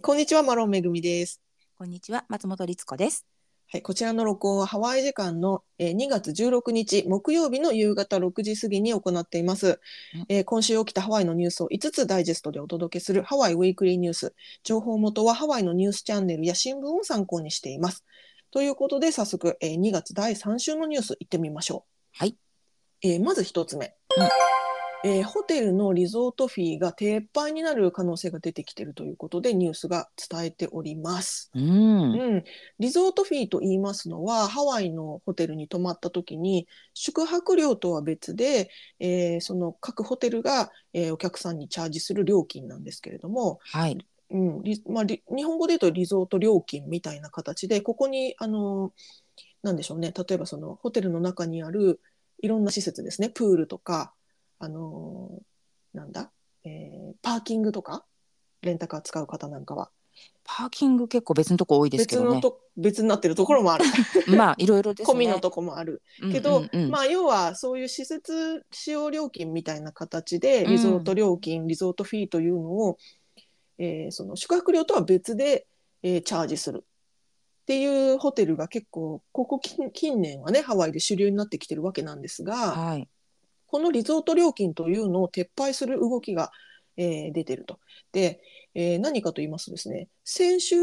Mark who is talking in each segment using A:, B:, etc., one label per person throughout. A: こんにちは、マロンめぐみです。
B: こんにちは、松本律子です。
A: はい、こちらの録音はハワイ時間の、えー2月16日木曜日の夕方6時過ぎに行っています、えー今週起きたハワイのニュースを5つダイジェストでお届けするハワイウィークリーニュース。情報元はハワイのニュースチャンネルや新聞を参考にしています。ということで早速、えー2月第3週のニュース行ってみましょう。
B: はい。
A: えーまず1つ目。えーホテルのリゾートフィーが撤廃になる可能性が出てきているということでニュースが伝えております。
B: うん。
A: うん、リゾートフィーと言いますのはハワイのホテルに泊まった時に宿泊料とは別で、えーその各ホテルが、えーお客さんにチャージする料金なんですけれども、
B: はい。
A: うんリまあ、リ日本語で言うとリゾート料金みたいな形でここにあのなんでしょうね例えばそのホテルの中にあるいろんな施設ですねプールとかあのなんだ、えーパーキングとかレンタカー使う方なんかは
B: パーキング結構別のとこ多いですけ
A: 別
B: ど
A: の
B: ね。
A: と別になってるところもある。
B: まあ、いろいろですね。
A: 込みのとこもある
B: うんうんう
A: け
B: ん
A: ど、まあ要はそういう施設使用料金みたいな形でリゾート料金、リゾートフィーというのを、えーその宿泊料とは別で、えーチャージするっていうホテルが結構ここ近近年はねハワイで主流になってきてるわけなんですが
B: はい。
A: このリゾート料金というのを撤廃する動きが、えー出てると。で、えー何かと言いますとですね先週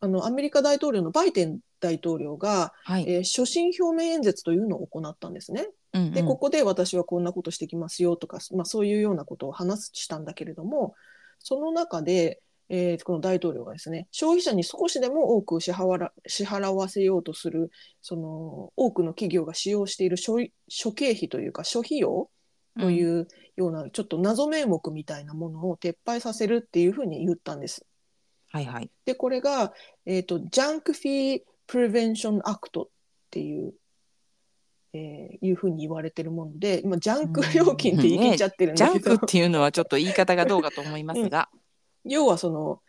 A: あのアメリカ大統領のバイデン大統領が
B: はい。
A: えー所信表明演説というのを行ったんですね。
B: うんうん
A: でここで私はこんなことしてきますよとか、まあ、そういうようなことを話すしたんだけれどもその中で、えーこの大統領がですね消費者に少しでも多く支払わ支払わせようとするその多くの企業が使用している諸諸経費というか諸費用とい
B: ん
A: うような、ちょっと謎名目みたいなものを撤廃させるっていうふうに言ったんです。
B: はいはい。
A: でこれが、えー、とジャンクフィー・プレベンション・アクトっていう、えーいうふうに言われてるもので今ジャンク料金って言い切っちゃってるん
B: ジ
A: だ
B: ャ
A: け
B: ン
A: ど、
B: クっていうのはちょっと言い方がどうかと思いますが。
A: 要はその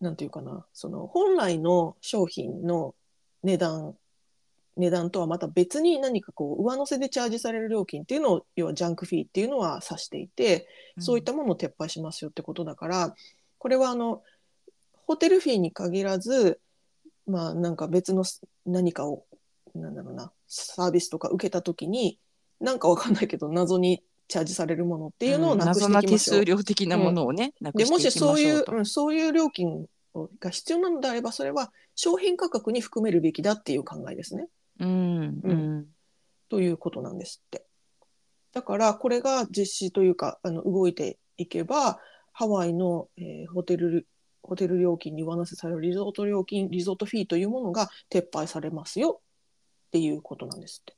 A: なんていうかなその本来の商品の値段値段とはまた別に何かこう上乗せでチャージされる料金っていうのを要はジャンクフィーっていうのは指していて、そういったものを撤廃しますよってことだから、これはあのホテルフィーに限らず、まあ、なんか別のす何かをなんだろうなサービスとか受けた時になんかわかんないけど謎にチャージされるものっていうのをなくして
B: 謎
A: い
B: な
A: き
B: 手
A: ますよ、
B: 数料的なものをね、なく
A: で
B: し
A: も
B: てい
A: し
B: きま
A: そう
B: し
A: い
B: ょう
A: う、
B: と。
A: うん、そういう料金をが必要なのであればそれは商品価格に含めるべきだっていう考えですね。
B: うんうん
A: ということなんですって。だからこれが実施というかあの動いていけばハワイの、えーホテルホテル料金に上乗せされるリゾート料金リゾートフィーというものが撤廃されますよっていうことなんですって。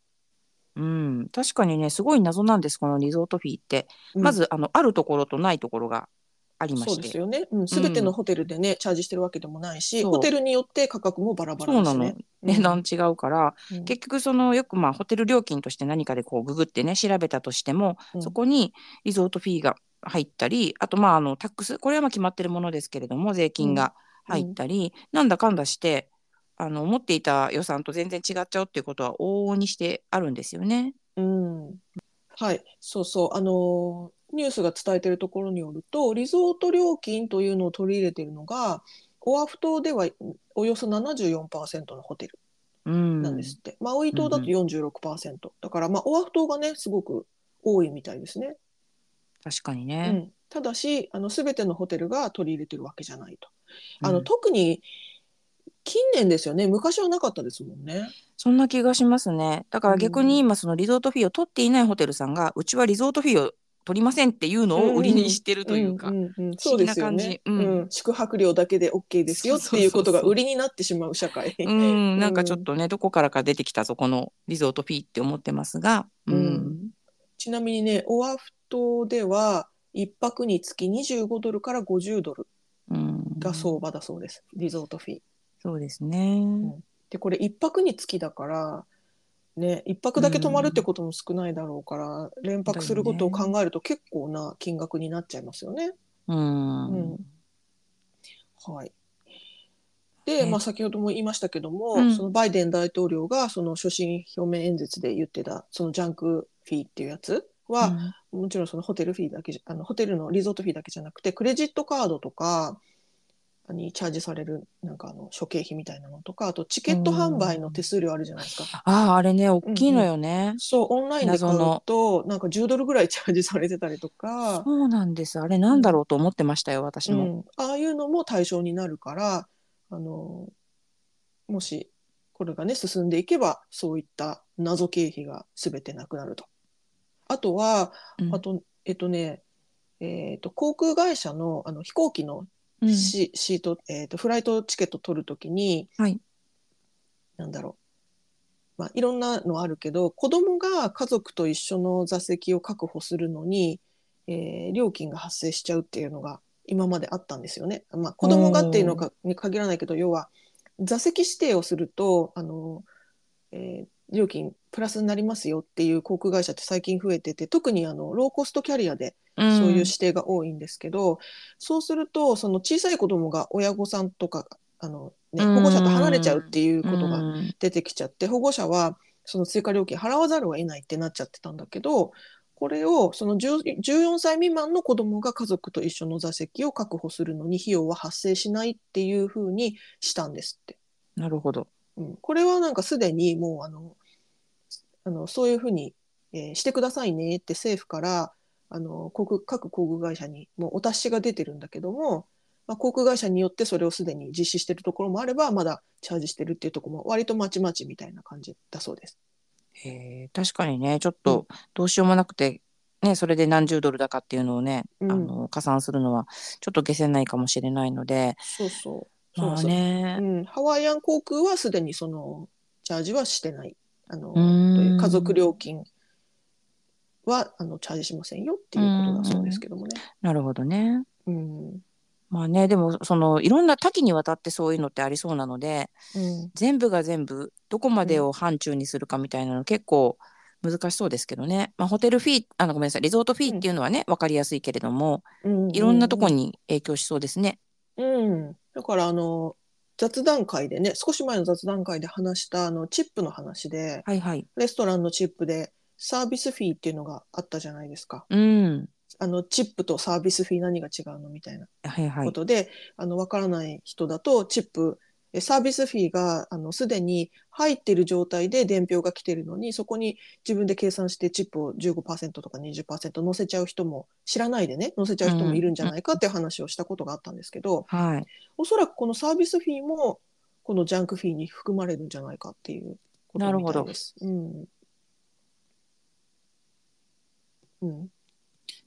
B: うん。確かにね、すごい謎なんです、このリゾートフィーって。
A: うん
B: まず、あの、あるところとないところがありま
A: そう
B: し
A: です
B: て。
A: よね、うん、全てのホテルでね、チャージしてるわけでもないし
B: そう
A: ホテルによって価格もバラバ
B: そ
A: ラ
B: う
A: で
B: な
A: す
B: の
A: ね。。
B: 値段違うから、
A: うん
B: 結局そのよくまあホテル料金として何かでこうググってね調べたとしても、
A: うん
B: そこにリゾートフィーが入ったりあとまああのタックスこれはまあ決まってるものですけれども税金が入ったり、なんだかんだしてあの持っていた予算と全然違っちゃうっていうことは往々にしてあるんですよね。
A: うん、はい、そうそう、あのーニュースが伝えているところによると、リゾート料金というのを取り入れているのが、オアフ島ではおよそ74%のホテル
B: うん、
A: なんですって、マウイ島だと46%、だから、まあ、オアフ島がね、すごく多いみたいですね。
B: 確かに
A: う
B: ね。
A: ん、ただし、あの全てのホテルが取り入れてるわけじゃないと。あ
B: う
A: の
B: ん
A: 特に近年ですよね、昔はなかったですもんね。
B: そんな気がしますね。だから逆
A: うん
B: に今そのリゾートフィーを取っていないホテルさんがうちはリゾートフィーを取りませんっていうのを売りにしてるというか。
A: んんうん
B: 不
A: そう
B: 思議
A: で
B: な
A: すよ
B: 感じ
A: ね、う
B: うんん
A: 宿泊料だけで OK ですよっていうことが売りになってしまう社会。
B: うん、なん
A: う
B: か
A: ん
B: ちょっとね、どこからか出てきたぞ、このリゾートフィーって思ってますが。う。
A: うんちなみにね、オアフ島では一泊につき25ドルから50ドル
B: うん、
A: が相場だそうです、リゾートフィー。
B: そうですね。
A: で、これ一泊につきだから、ね、一泊だけ泊まるってことも少ないだろうから、連泊することを考えると結構な金額になっちゃいますよね。
B: うん。
A: うんはい。で、
B: ね
A: まあ、先ほども言いましたけども、
B: うん
A: そのバイデン大統領がその所信表明演説で言ってたそのジャンクフィーっていうやつは、もちろんそのホテルフィーだけじゃあのホテルのリゾートフィーだけじゃなくてクレジットカードとかにチャージされるなんかあの諸経費みたいなのとかあとチケット販売の手数料あるじゃないですか、
B: ああ、あれね、大きいのよね。
A: そうオンラインで買う
B: 謎の
A: となんか10ドルぐらいチャージされてたりとか、
B: そうなんです。あれなんだろうと思ってましたよ、私
A: う
B: も。
A: ん、ああいうのも対象になるからあのもしこれがね進んでいけばそういった謎経費が全てなくなると。あとは
B: うん
A: あとえっとねえっと航空会社のあの飛行機の
B: うん
A: シシート、えー、とフライトチケット取るときに、
B: はい
A: なんだろう、まあ、いろんなのあるけど子供が家族と一緒の座席を確保するのに、えー料金が発生しちゃうっていうのが今まであったんですよね。まあ、子供がっていうのかに限らないけど要は座席指定をするとあの、えー料金プラスになりますよっていう航空会社って最近増えてて特にあのローコストキャリアでそういう指定が多いんですけど、そうするとその小さい子供が親御さんとかあの、ね、
B: うん
A: 保護者と離れちゃうっていうこと
B: う
A: が
B: ん
A: 出てきちゃって、保護者はその追加料金払わざるを得ないってなっちゃってたんだけどこれをその10 14歳未満の子供が家族と一緒の座席を確保するのに費用は発生しないっていうふうにしたんですって。
B: なるほど。
A: うん、これはなんかすでにもうあのあのそういうふうに、えーしてくださいねって政府からあの航空各航空会社にもうお達しが出てるんだけども、まあ、航空会社によってそれをすでに実施してるところもあればまだチャージしてるっていうところも割とまちまちみたいな感じだそうです。
B: へえ確かにね、ちょっとどうしようもなくて、ね、それで何十ドルだかっていうのをね、
A: うん
B: あの加算するのはちょっと下せないかもしれないので、
A: そうそうそう
B: まあ
A: そう
B: ね
A: う、ん、ハワイアン航空はすでにそのチャージはしてないあの
B: うーん
A: という家族料金はあのチャージしませんよっていうことだそうですけどもね。
B: なるほどね。
A: うん
B: まあね、でもそのいろんな多岐にわたってそういうのってありそうなので
A: うん
B: 全部が全部どこまでを範疇にするかみたいなの結構難しそうですけどね、まあ、ホテルフィーあのごめんなさいリゾートフィーっていうのはね、わかりやすいけれどもいろんなとこ
A: に、
B: に影響しそうですね。
A: うん、だからあの雑談会でね少し前の雑談会で話したあのチップの話で
B: はいはい。
A: レストランのチップでサービスフィーっていうのがあったじゃないですか
B: うん。
A: あのチップとサービスフィー何が違うのみたいな
B: はいは
A: こ
B: い。
A: とで、あのわからない人だとチップえサービスフィーがあのすでに入ってる状態で伝票が来てるのにそこに自分で計算してチップを15%とか20%載せちゃう人も知らないでね載せちゃう人もいるんじゃないかっていう話をしたことがあったんですけど、
B: はい。
A: おそらくこのサービスフィーもこのジャンクフィーに含まれるんじゃないかっていうことみたいです。うんうん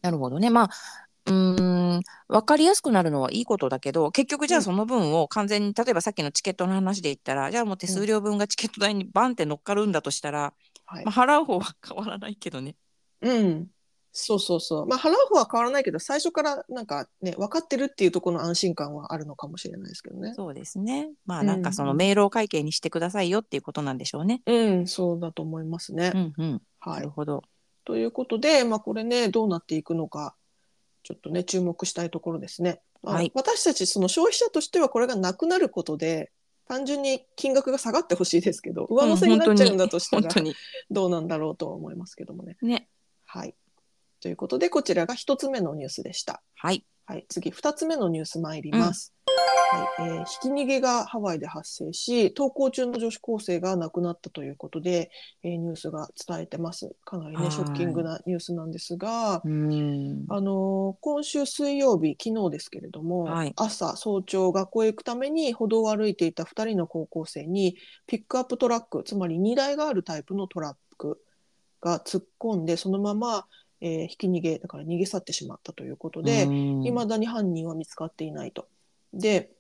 B: なるほどね。まあ、うーん、わかりやすくなるのはいいことだけど、結局じゃ
A: う
B: あ
A: ん
B: その分を完全に、例えばさっきのチケットの話で言ったら、じゃあもう手数料分がチケット代にバンって乗っかるんだとしたら、
A: はい
B: まあ、払う方は変わらないけどね。
A: うん、そうそうそう、まあ、払う方は変わらないけど最初からなんかね分かってるっていうところの安心感はあるのかもしれないですけどね。
B: そうですね。まあ
A: うん
B: なんかその明朗会計にしてくださいよっていうことなんでしょうね。
A: うん、そうだと思いますね。
B: うんうん。
A: は
B: ないる、ほど。
A: ということで、まあ、これねどうなっていくのかちょっとね注目したいところですね。まあ
B: はい
A: 私たちその消費者としてはこれがなくなることで単純に金額が下がってほしいですけど上乗せになっちゃうんだとした
B: 本
A: ら
B: 当に。
A: どうなんだろうとは思いますけどもね。
B: ね。
A: はい、ということでこちらが1つ目のニュースでした。
B: はい。
A: はい、次2つ目のニュース参ります、はいえーひき逃げがハワイで発生し登校中の女子高生が亡くなったということで、えーニュースが伝えてますかなり
B: は
A: ね
B: い
A: ショッキングなニュースなんですが、
B: うーん。
A: あのー今週水曜日昨日ですけれども、
B: はい
A: 朝早朝学校へ行くために歩道を歩いていた2人の高校生にピックアップトラックつまり荷台があるタイプのトラックが突っ込んでそのまま、えーひき逃げだから逃げ去ってしまったということで。
B: うん
A: いまだに犯人は見つかっていないと。で、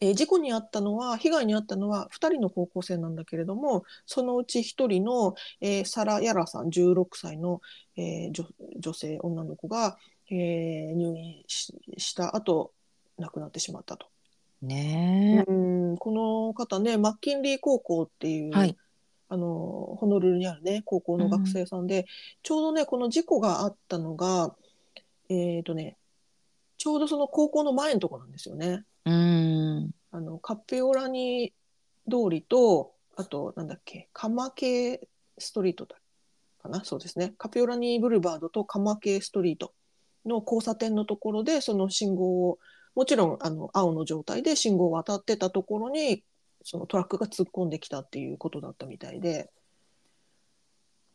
A: えー事故に遭ったのは被害に遭ったのは2人の高校生なんだけれどもそのうち1人の、えーサラ・ヤラさん16歳の、えー女女性女の子が、えー入院しした後亡くなってしまったと。
B: ね
A: うんこの方ねマッキンリー高校っていう、
B: え。はい。
A: あのホノルルにあるね高校の学生さんで、ちょうどねこの事故があったのがえっ、とねちょうどその高校の前のとこなんですよね。
B: うーん。
A: あのカッペオラニ通りとあとなんだっけカマケストリートだかなそうですねカペオラニブルバードとカマケストリートの交差点のところでその信号をもちろんあの青の状態で信号を渡ってたところにそのトラックが突っ込んできたっていうことだったみたいで、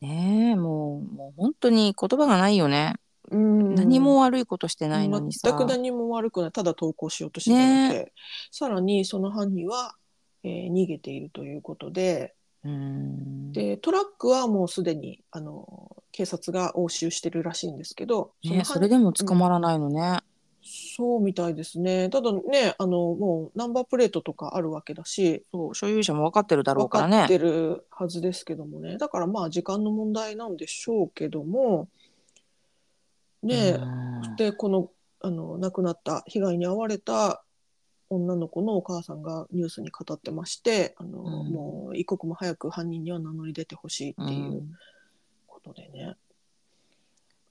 B: ねえもうもう本当に言葉がないよね、
A: うん
B: 何も悪いことしてないのにさ
A: 全く何も悪くないただ投稿しようとしてたので、さらにその犯人は、えー逃げているということで
B: うん
A: でトラックはもうすでにあの警察が押収してるらしいんですけどの
B: ね、
A: 犯
B: それでも捕まらないのね、
A: そうみたいですねただねあのもうナンバープレートとかあるわけだし
B: そう所有者も分かってるだろ
A: 分
B: うから
A: かっ
B: ね
A: てるはずですけどもねだからまあ時間の問題なんでしょうけどもねえ、
B: うん
A: でこのあの亡くなった被害に遭われた女の子のお母さんがニュースに語ってましてあの、
B: うん
A: もう一刻も早く犯人には名乗り出てほしいっていううことでね、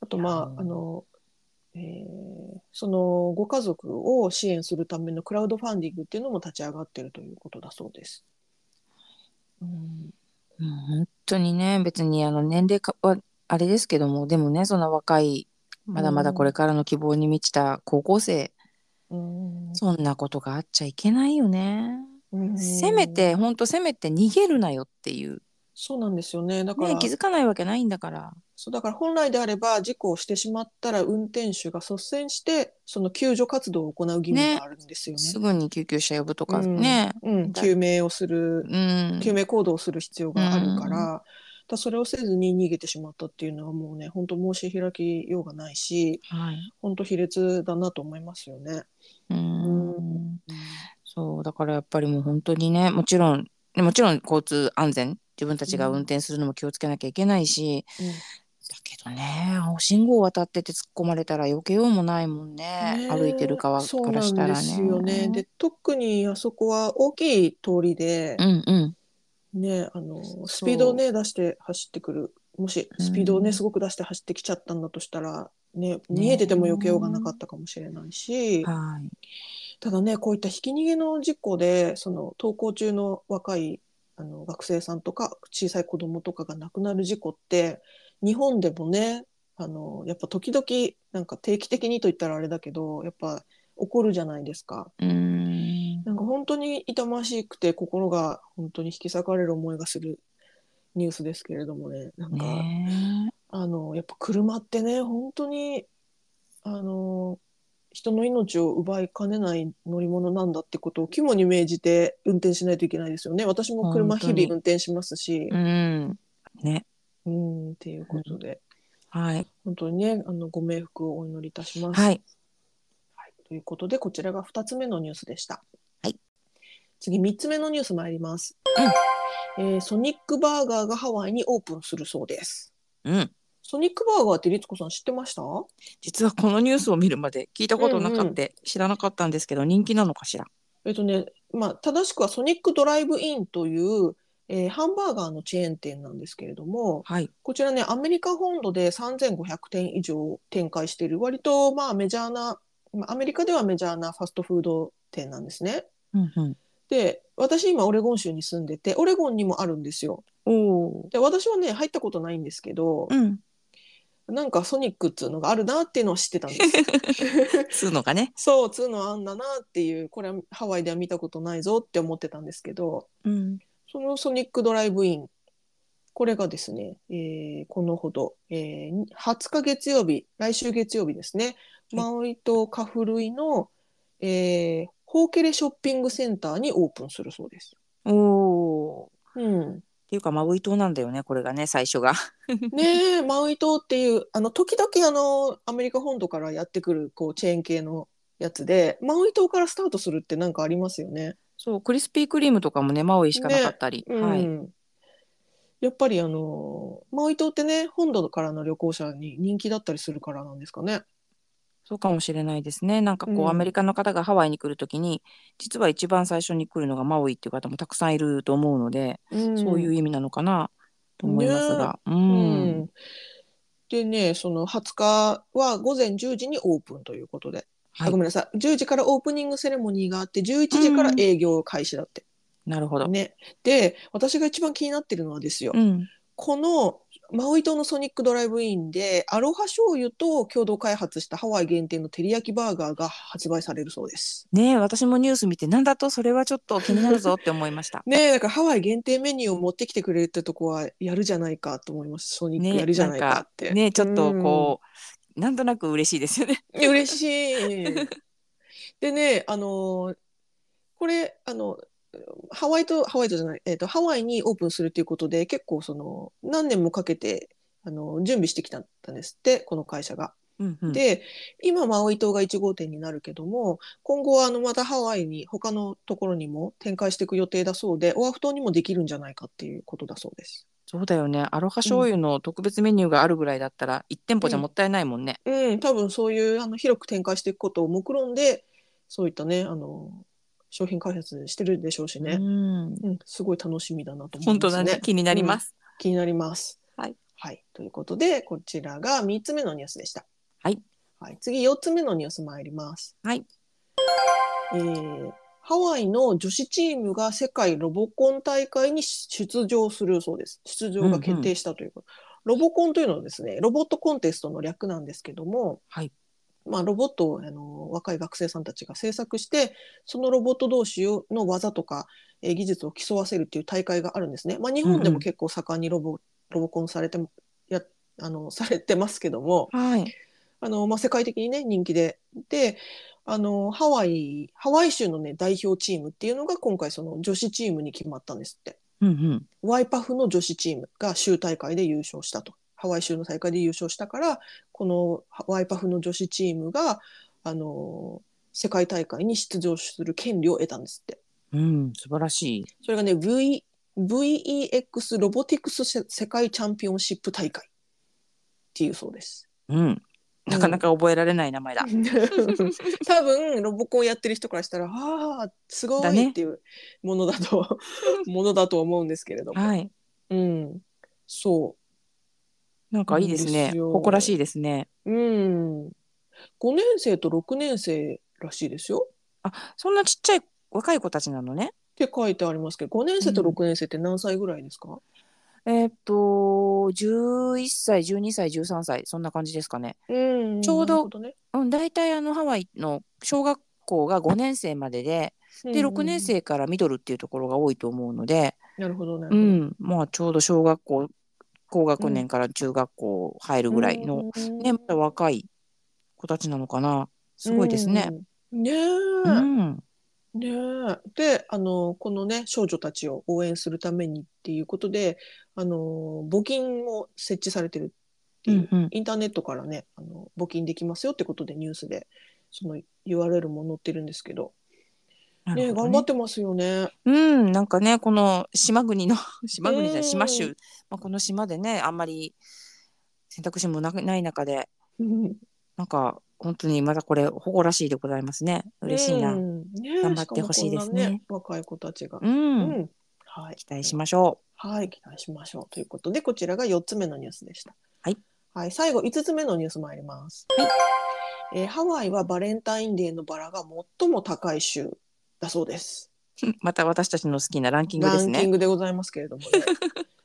A: あとま
B: いや
A: ああの、えーそのご家族を支援するためのクラウドファンディングっていうのも立ち上がってるということだそうです。うん
B: うんもう本当にね別にあの年齢かはあれですけどもでもねそんな若いまだまだこれ、からの希望に満ちた高校生、
A: うん
B: そんなことがあっちゃいけないよね、
A: うん
B: せめてほんとせめて逃げるなよっていう、
A: そうなんですよねだから、
B: ね、気づかないわけないんだから
A: そうだから本来であれば事故をしてしまったら運転手が率先してその救助活動を行う義務
B: ね
A: があるんですよね。
B: すぐに救急車呼ぶとか
A: うん
B: ね
A: うん、救命をする
B: うん、
A: 救命行動をする必要があるから,、だからそれをせずに逃げてしまったっていうのはもうね本当申し開きようがないし
B: はい
A: 本当卑劣だなと思いますよね。
B: うんそうだからやっぱりもう本当にねもちろんねもちろん交通安全自分たちが運転するのも気をつけなきゃいけないし、
A: うん
B: だけどね青信号渡ってて突っ込まれたら避けようもないもんね
A: ねえ
B: 歩いてる側か
A: そうな
B: らした
A: んで
B: らね。
A: すよね。で特にあそこは大きい通りで
B: う、んうん
A: ね、あのスピードをね出して走ってくるもしスピードをね、
B: うん
A: すごく出して走ってきちゃったんだとしたら、ね、逃げてても避けようがなかったかもしれないし、
B: はい
A: ただねこういったひき逃げの事故でその登校中の若いあの学生さんとか小さい子供とかが亡くなる事故って日本でもねあのやっぱ時々なんか定期的にと言ったらあれだけどやっぱ起こるじゃないですか。
B: うん
A: なんか本当に痛ましくて心が本当に引き裂かれる思いがするニュースですけれどもねなんか、
B: ね
A: あのやっぱ車ってね本当にあの人の命を奪いかねない乗り物なんだってことを肝に銘じて運転しないといけないですよね私も車
B: 本当
A: 日
B: に
A: 々運転しますし
B: え、うんね
A: うん、っていうことで
B: はい
A: 本当にねあのご冥福をお祈りいたします。
B: はい
A: はい、ということでこちらが2つ目のニュースでした。
B: はい、
A: 次3つ目のニュース参ります、えーソニックバーガーがハワイにオープンするそうです。
B: うん
A: ソニックバーガーって律子さん知ってました
B: 実はこのニュースを見るまで聞いたことなかった、知らなかったんですけど人気なのかしら
A: えっとねまあ、正しくはソニックドライブインという、えーハンバーガーのチェーン店なんですけれども
B: はい
A: こちらねアメリカ本土で3500店以上展開している割とまあメジャーなまあアメリカではメジャーなファストフード店なんですね。
B: うんうん
A: で私今オレゴン州に住んでてオレゴンにもあるんですよ。
B: おお
A: で私はね入ったことないんですけど、
B: うん
A: なんかソニックっていうのがあるなっていうのは知ってたんです。
B: つうのがね。
A: そうつうのあんだなっていうこれはハワイでは見たことないぞって思ってたんですけど
B: うん。
A: そのソニックドライブイン、これがですね、えーこのほど、えー20日月曜日、来週月曜日ですね、マウイ島カフルイの、えーホーケレショッピングセンターにオープンするそうです。
B: おお。
A: うん、
B: っていうかマウイ島なんだよねこれがね最初が。
A: ねえマウイ島っていうあの時々あのアメリカ本土からやってくるこうチェーン系のやつでマウイ島からスタートするってなんかありますよね。
B: そうクリスピークリームとかもねマウイしかなかったり。
A: うん
B: はい。
A: やっぱりあのマウイ島ってね本土からの旅行者に人気だったりするからなんですかね。
B: そうかもしれないですね。なんかこう、
A: うん
B: アメリカの方がハワイに来るときに実は一番最初に来るのがマウイっていう方もたくさんいると思うので、そういう意味なのかなと思いますが。う。
A: うんんでねその20日は午前10時にオープンということで、
B: は
A: あご
B: い。
A: めんなさい10時からオープニングセレモニーがあって11時から営業開始だって、
B: なるほど。
A: ね。で私が一番気になってるのはですよ、
B: うん。
A: このマウイ島のソニックドライブインでアロハ醤油と共同開発したハワイ限定の照り焼きバーガーが発売されるそうです。
B: ねえ私もニュース見てなんだとそれはちょっと気になる ぞって思いました。
A: ねえだからハワイ限定メニューを持ってきてくれるってとこはやるじゃないかと思いますソニック
B: ね
A: やるじゃないかって。
B: ねえちょっとこう、なんとなく嬉しいですよね。
A: いや嬉しい。でね、あのーこれ、あの、ハワイと、ハワイとじゃない、えっ、と、ハワイにオープンするということで、結構その、何年もかけて、あの、準備してきたんですって、この会社が。
B: うんうん、
A: で、今、マウイ島が1号店になるけども、今後は、あの、またハワイに、他のところにも展開していく予定だそうで、オアフ島にもできるんじゃないかっていうことだそうです。
B: そうだよねアロハ醤油の特別メニューがあるぐらいだったら1店舗じゃもったいないもんね。
A: うん、多分そういうあの広く展開していくことを目論んでそういったねあの商品開発してるでしょうしね、
B: うん
A: うんすごい楽しみだなと思い
B: 本
A: ま
B: 当
A: す
B: だ
A: ね
B: ね。気になります。
A: 気になります。
B: はい、
A: はい、ということでこちらが3つ目のニュースでした。
B: はい、
A: はい、次4つ目のニュース参ります。
B: はい、
A: えーハワイの女子チームが世界ロボコン大会に出場するそうです。出場が決定したということ。ロボコンというのはですね、ロボットコンテストの略なんですけども、
B: はい
A: まあ、ロボットをあの若い学生さんたちが制作して、そのロボット同士をの技とか、えー技術を競わせるという大会があるんですね。まあ、日本で
B: うんう
A: も
B: ん
A: 結構盛んにロボ,、ロボコンされてもや あのされてますけども、
B: はい、
A: あの、まあ、世界的にね、人気で。で、あの、ハワイ、ハワイ州のね、代表チームっていうのが今回その女子チームに決まったんですって。
B: うんうん、
A: ワイパフの女子チームが州大会で優勝したと。ハワイ州の大会で優勝したから、このハワイパフの女子チームが、あの、世界大会に出場する権利を得たんですって。
B: うん、素晴らしい。
A: それがね、V、VEX ロボティクス世世界チャンピオンシップ大会っていうそうです。
B: うん、なかなか覚えられない名前だ。
A: 多分ロボコンやってる人からしたらああすご
B: だ
A: い
B: ね
A: っていうものだとものだと思うんですけれども、
B: はい、
A: うんそ
B: なんかいいです
A: いいんで
B: ね。
A: すよ
B: 誇らしいですね。
A: ううん5年生と6年生らしいですよ
B: そんなちっちゃい若い子たちなのね。
A: って書いてありますけど5年生と6年生って何歳ぐらいですか、
B: えーっと11歳12歳13歳そんな感じですかね。
A: うん
B: ちょうど
A: なるほね
B: うん、大体あのハワイの小学校が5年生まででで
A: うんうん
B: 6年生からミドルっていうところが多いと思うので、
A: なるほどな
B: う
A: るほど
B: ん、まあちょうど小学校高学年から中学校入るぐらいの、
A: うん
B: ねまだ若い子たちなのかなすごいですね。
A: うんねえ、
B: うん、
A: ねえ、で、あの、このね、少女たちを応援するためにっていうことで、あの、募金も設置されてるっていう、
B: うんうん
A: インターネットからね、あの、募金できますよってことでニュースで、その URL も載ってるんですけど、
B: な
A: ね
B: る
A: え、
B: ほど
A: 頑張ってますよね。
B: うん、なんかね、この島国の 島国じゃない、島
A: うん、
B: 州まあ、この島でね、あんまり選択肢もなくない中で、
A: うん
B: なんか本当にまたこれ誇らしいでございますね。嬉しいな。
A: う
B: うん、
A: んねえ
B: 頑張ってほしいですね
A: しかもこんな若い子たちが。うん。はい。
B: 期待しましょ
A: はい、期待しましょう。ということで、こちらが4つ目のニュースでした。
B: はい。
A: はい、最後、5つ目のニュース参ります。。
B: はい
A: えーハワイはバレンタインデーのバラが最も高い州だそうです。
B: う。また私たちの好きなランキングです
A: ランキン
B: ね。
A: グでございますけれど もね。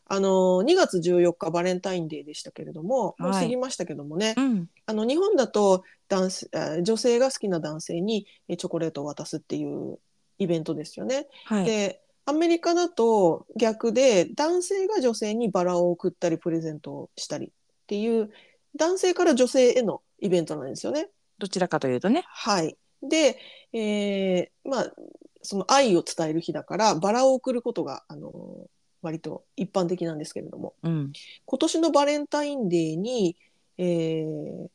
A: あのー2月14日バレンタインデーでしたけれども、もう過ぎましたけどもね、
B: うん、
A: あの日本だと男性えー女性が好きな男性にえーチョコレートを渡すっていうイベントですよね。
B: はい。
A: でアメリカだと逆で男性が女性にバラを送ったりプレゼントをしたりっていう男性から女性へのイベントなんですよね。
B: どちらかというとね。
A: はい、で、えーまあその愛を伝える日だからバラを送ることが、あの割と一般的なんですけれども
B: うん。
A: 今年のバレンタインデーに、えー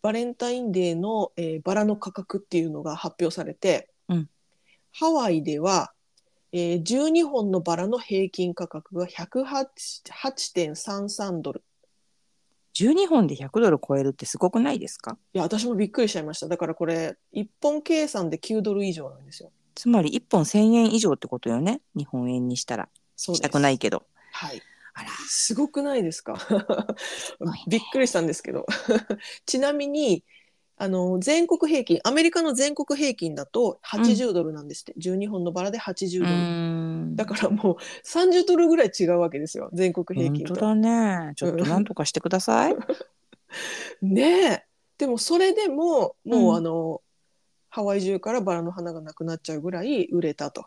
A: バレンタインデーの、えーバラの価格っていうのが発表されて、
B: うん
A: ハワイでは、えー12本のバラの平均価格が108.33ドル。
B: 12本で100ドル超えるってすごくないですか
A: いや、私もびっくりしちゃいました。だからこれ、1本計算で9ドル以上なんですよ。
B: つまり1本1000円以上ってことよね。日本円にしたら。
A: そうです
B: したくないけど。
A: はい。
B: あら。
A: すごくないですか
B: ごいね
A: びっくりしたんですけどちなみにあの全国平均アメリカの全国平均だと80ドルなんですって、12本のバラで80
B: う
A: ドル、
B: ーん
A: だからもう30ドルぐらい違うわけですよ全国平
B: 本
A: 均
B: 当
A: と。
B: だねちょっとなんとかしてください
A: ねえでもそれでもも
B: う
A: うんあの、ハワイ中からバラの花がなくなっちゃうぐらい売れたと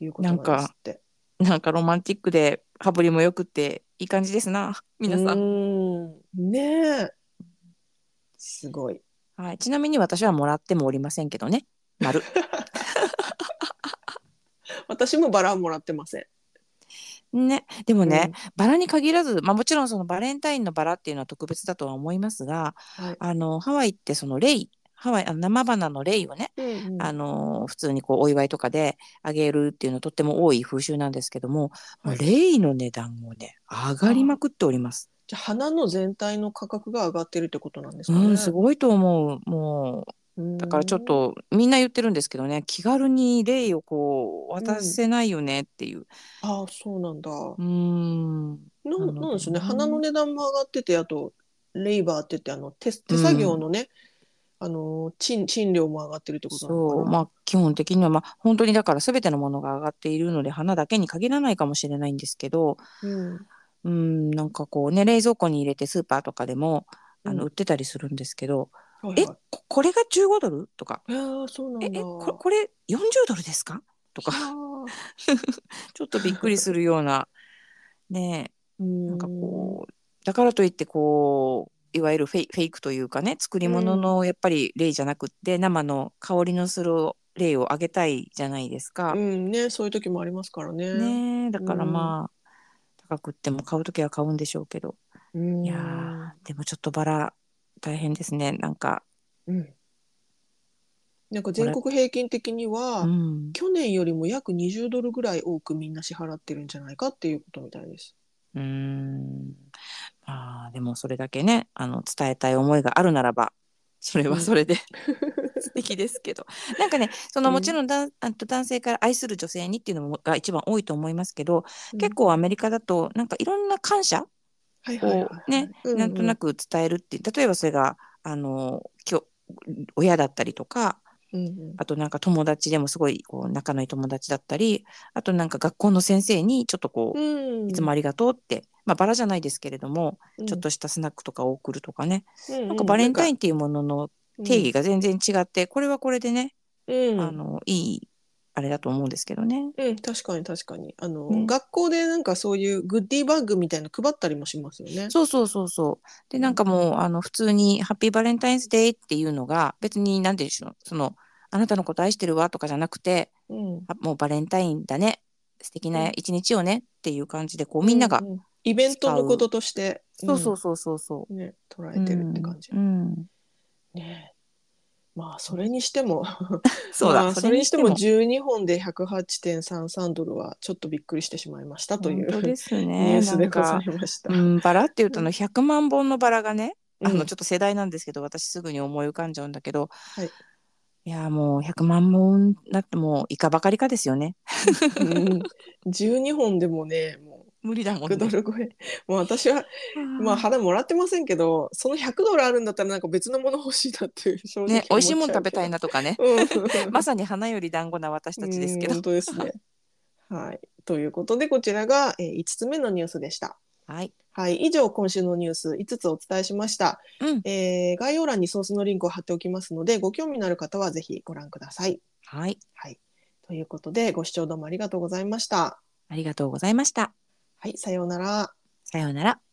A: いうことなんですって。
B: なんかロマンティックで羽振りもよくっていい感じですな皆さ、
A: うんーんねえすごい。
B: はい、ちなみに私はもらってもおりませんけどね 丸
A: 私もバラはもらってません。
B: ねでもね、バラに限らず、まあ、もちろんそのバレンタインのバラっていうのは特別だとは思いますが、
A: はい
B: あのハワイってそのレイハワイあの生花のレイをね、
A: うん、うんうん
B: あの普通にこうお祝いとかであげるっていうのとっても多い風習なんですけども、
A: はい
B: レイの値段もね上がりまくっております。
A: じゃあ花の全体の価格が上がってるってことなんです
B: う
A: かね。
B: ん、すごいと思うも
A: うん
B: うだからちょっとみんな言ってるんですけどね気軽にレイをこう渡せないよねっていう。
A: ああそうなんだ。
B: うん
A: な
B: なの
A: ん
B: で
A: なんでしょうね
B: ね
A: 花の値段も上がっててあとレイバーって言ってあの手手作業のね、あの賃賃料も上がってるってことなの
B: そう
A: か
B: ま
A: な。
B: あ基本的にはまあ本当にだから全てのものが上がっているので花だけに限らないかもしれないんですけど
A: うん
B: うんなんかこうね冷蔵庫に入れてスーパーとかでもあ
A: う
B: の
A: ん
B: 売ってたりするんですけど、
A: はい
B: え
A: はい
B: ここれが15ドルとか
A: えー、そうな
B: え
A: んだ。
B: えここれ40ドルですかとか
A: はあ
B: ちょっとびっくりするような ねえ
A: な
B: なんかこうだからといってこういわゆるフェイフェイクというかね作り物のやっぱり例じゃなくって生の香りのする例をあげたいじゃないですか。
A: うんねそういう時もありますからね。
B: ねえだから
A: うん
B: まあ、高くっても買う時は買うんでしょうけど、
A: うん
B: いやーでもちょっとバラ大変ですねなんか、
A: うん。なんか全国平均的には、
B: うん、
A: 去年よりも約20ドルぐらい多くみんな支払ってるんじゃないかっていうことみたいです。
B: うーんまあでもそれだけねあの伝えたい思いがあるならばそれはそれで、 素敵ですけどなんかねその
A: うん
B: もちろんだ、あと男性から愛する女性にっていうのもが一番多いと思いますけど、結構アメリカだとなんかいろんな感謝
A: はいはいはい
B: を
A: はい
B: ね、
A: う
B: なんとな
A: く、
B: く伝えるって例えばそれがあのきょ親だったりとか
A: うんうん
B: あとなんか友達でもすごいこう仲のいい友達だったりあとなんか学校の先生にちょっとこう、
A: うん、
B: いつもありがとうって、まあ、バラじゃないですけれども、
A: うん
B: ちょっとしたスナックとかを送るとかね、
A: うう
B: なんかバレンタイ
A: ン
B: ンっていうものの定義が全然違って、これはこれでね、
A: うん
B: あのいいあれだと思うんですけどね。
A: うん、確かに確かにあの、
B: ね
A: 学校でなんかそういうグッディバッグみたいなの配ったりもしますよね。
B: そうそうそうそう。でなんかもうあの普通に「ハッピーバレンタインズデー」っていうのが別に何でしょうその「あなたのこと愛してるわ」とかじゃなくて
A: うん
B: 「あもうバレンタインだね素敵
A: う
B: なん一日をね」っていう感じでこうみんなが、
A: ううイベントのこととして、
B: そうそうそうそうそ
A: うんね、捉
B: う。
A: えてるって感じ。
B: うんうん
A: ねまあそれにしても
B: そうだ、
A: まあそれにしても12本で108.33ドルはちょっとびっくりしてしまいましたという
B: 本当ですね
A: ニュースでご
B: な
A: ざ
B: んか
A: いました。
B: うん、バラっていうとあの100万本のバラがね、あ
A: う
B: の
A: ん
B: ちょっと世代なんですけど私すぐに思い浮かんじゃうんだけど、
A: い
B: いやもう100万本だってもういかばかりかですよね
A: うん12本でもねも
B: 無理だ
A: う
B: もん
A: 100ド
B: ね。
A: ル超 えもう私はまあ肌もらってませんけどその100ドルあるんだったらなんか別のもの欲しいなっていう正直
B: ね美味しいもん食べたい
A: な、
B: なとか ね
A: うん、
B: まさに花より団子な私たちですけ
A: うん
B: ど
A: 本。当ですね。はい、ということでこちらが、えー、5つ目のニュースでした。
B: はい、
A: はい、以上今週のニュース5つお伝えしました、
B: うん
A: えー概要欄にソースのリンクを貼っておきますのでご興味のある方はぜひご覧ください。
B: はい、
A: はい、ということでご視聴どうもありがとうございました。
B: ありがとうございました。
A: はい、さようなら。
B: さようなら。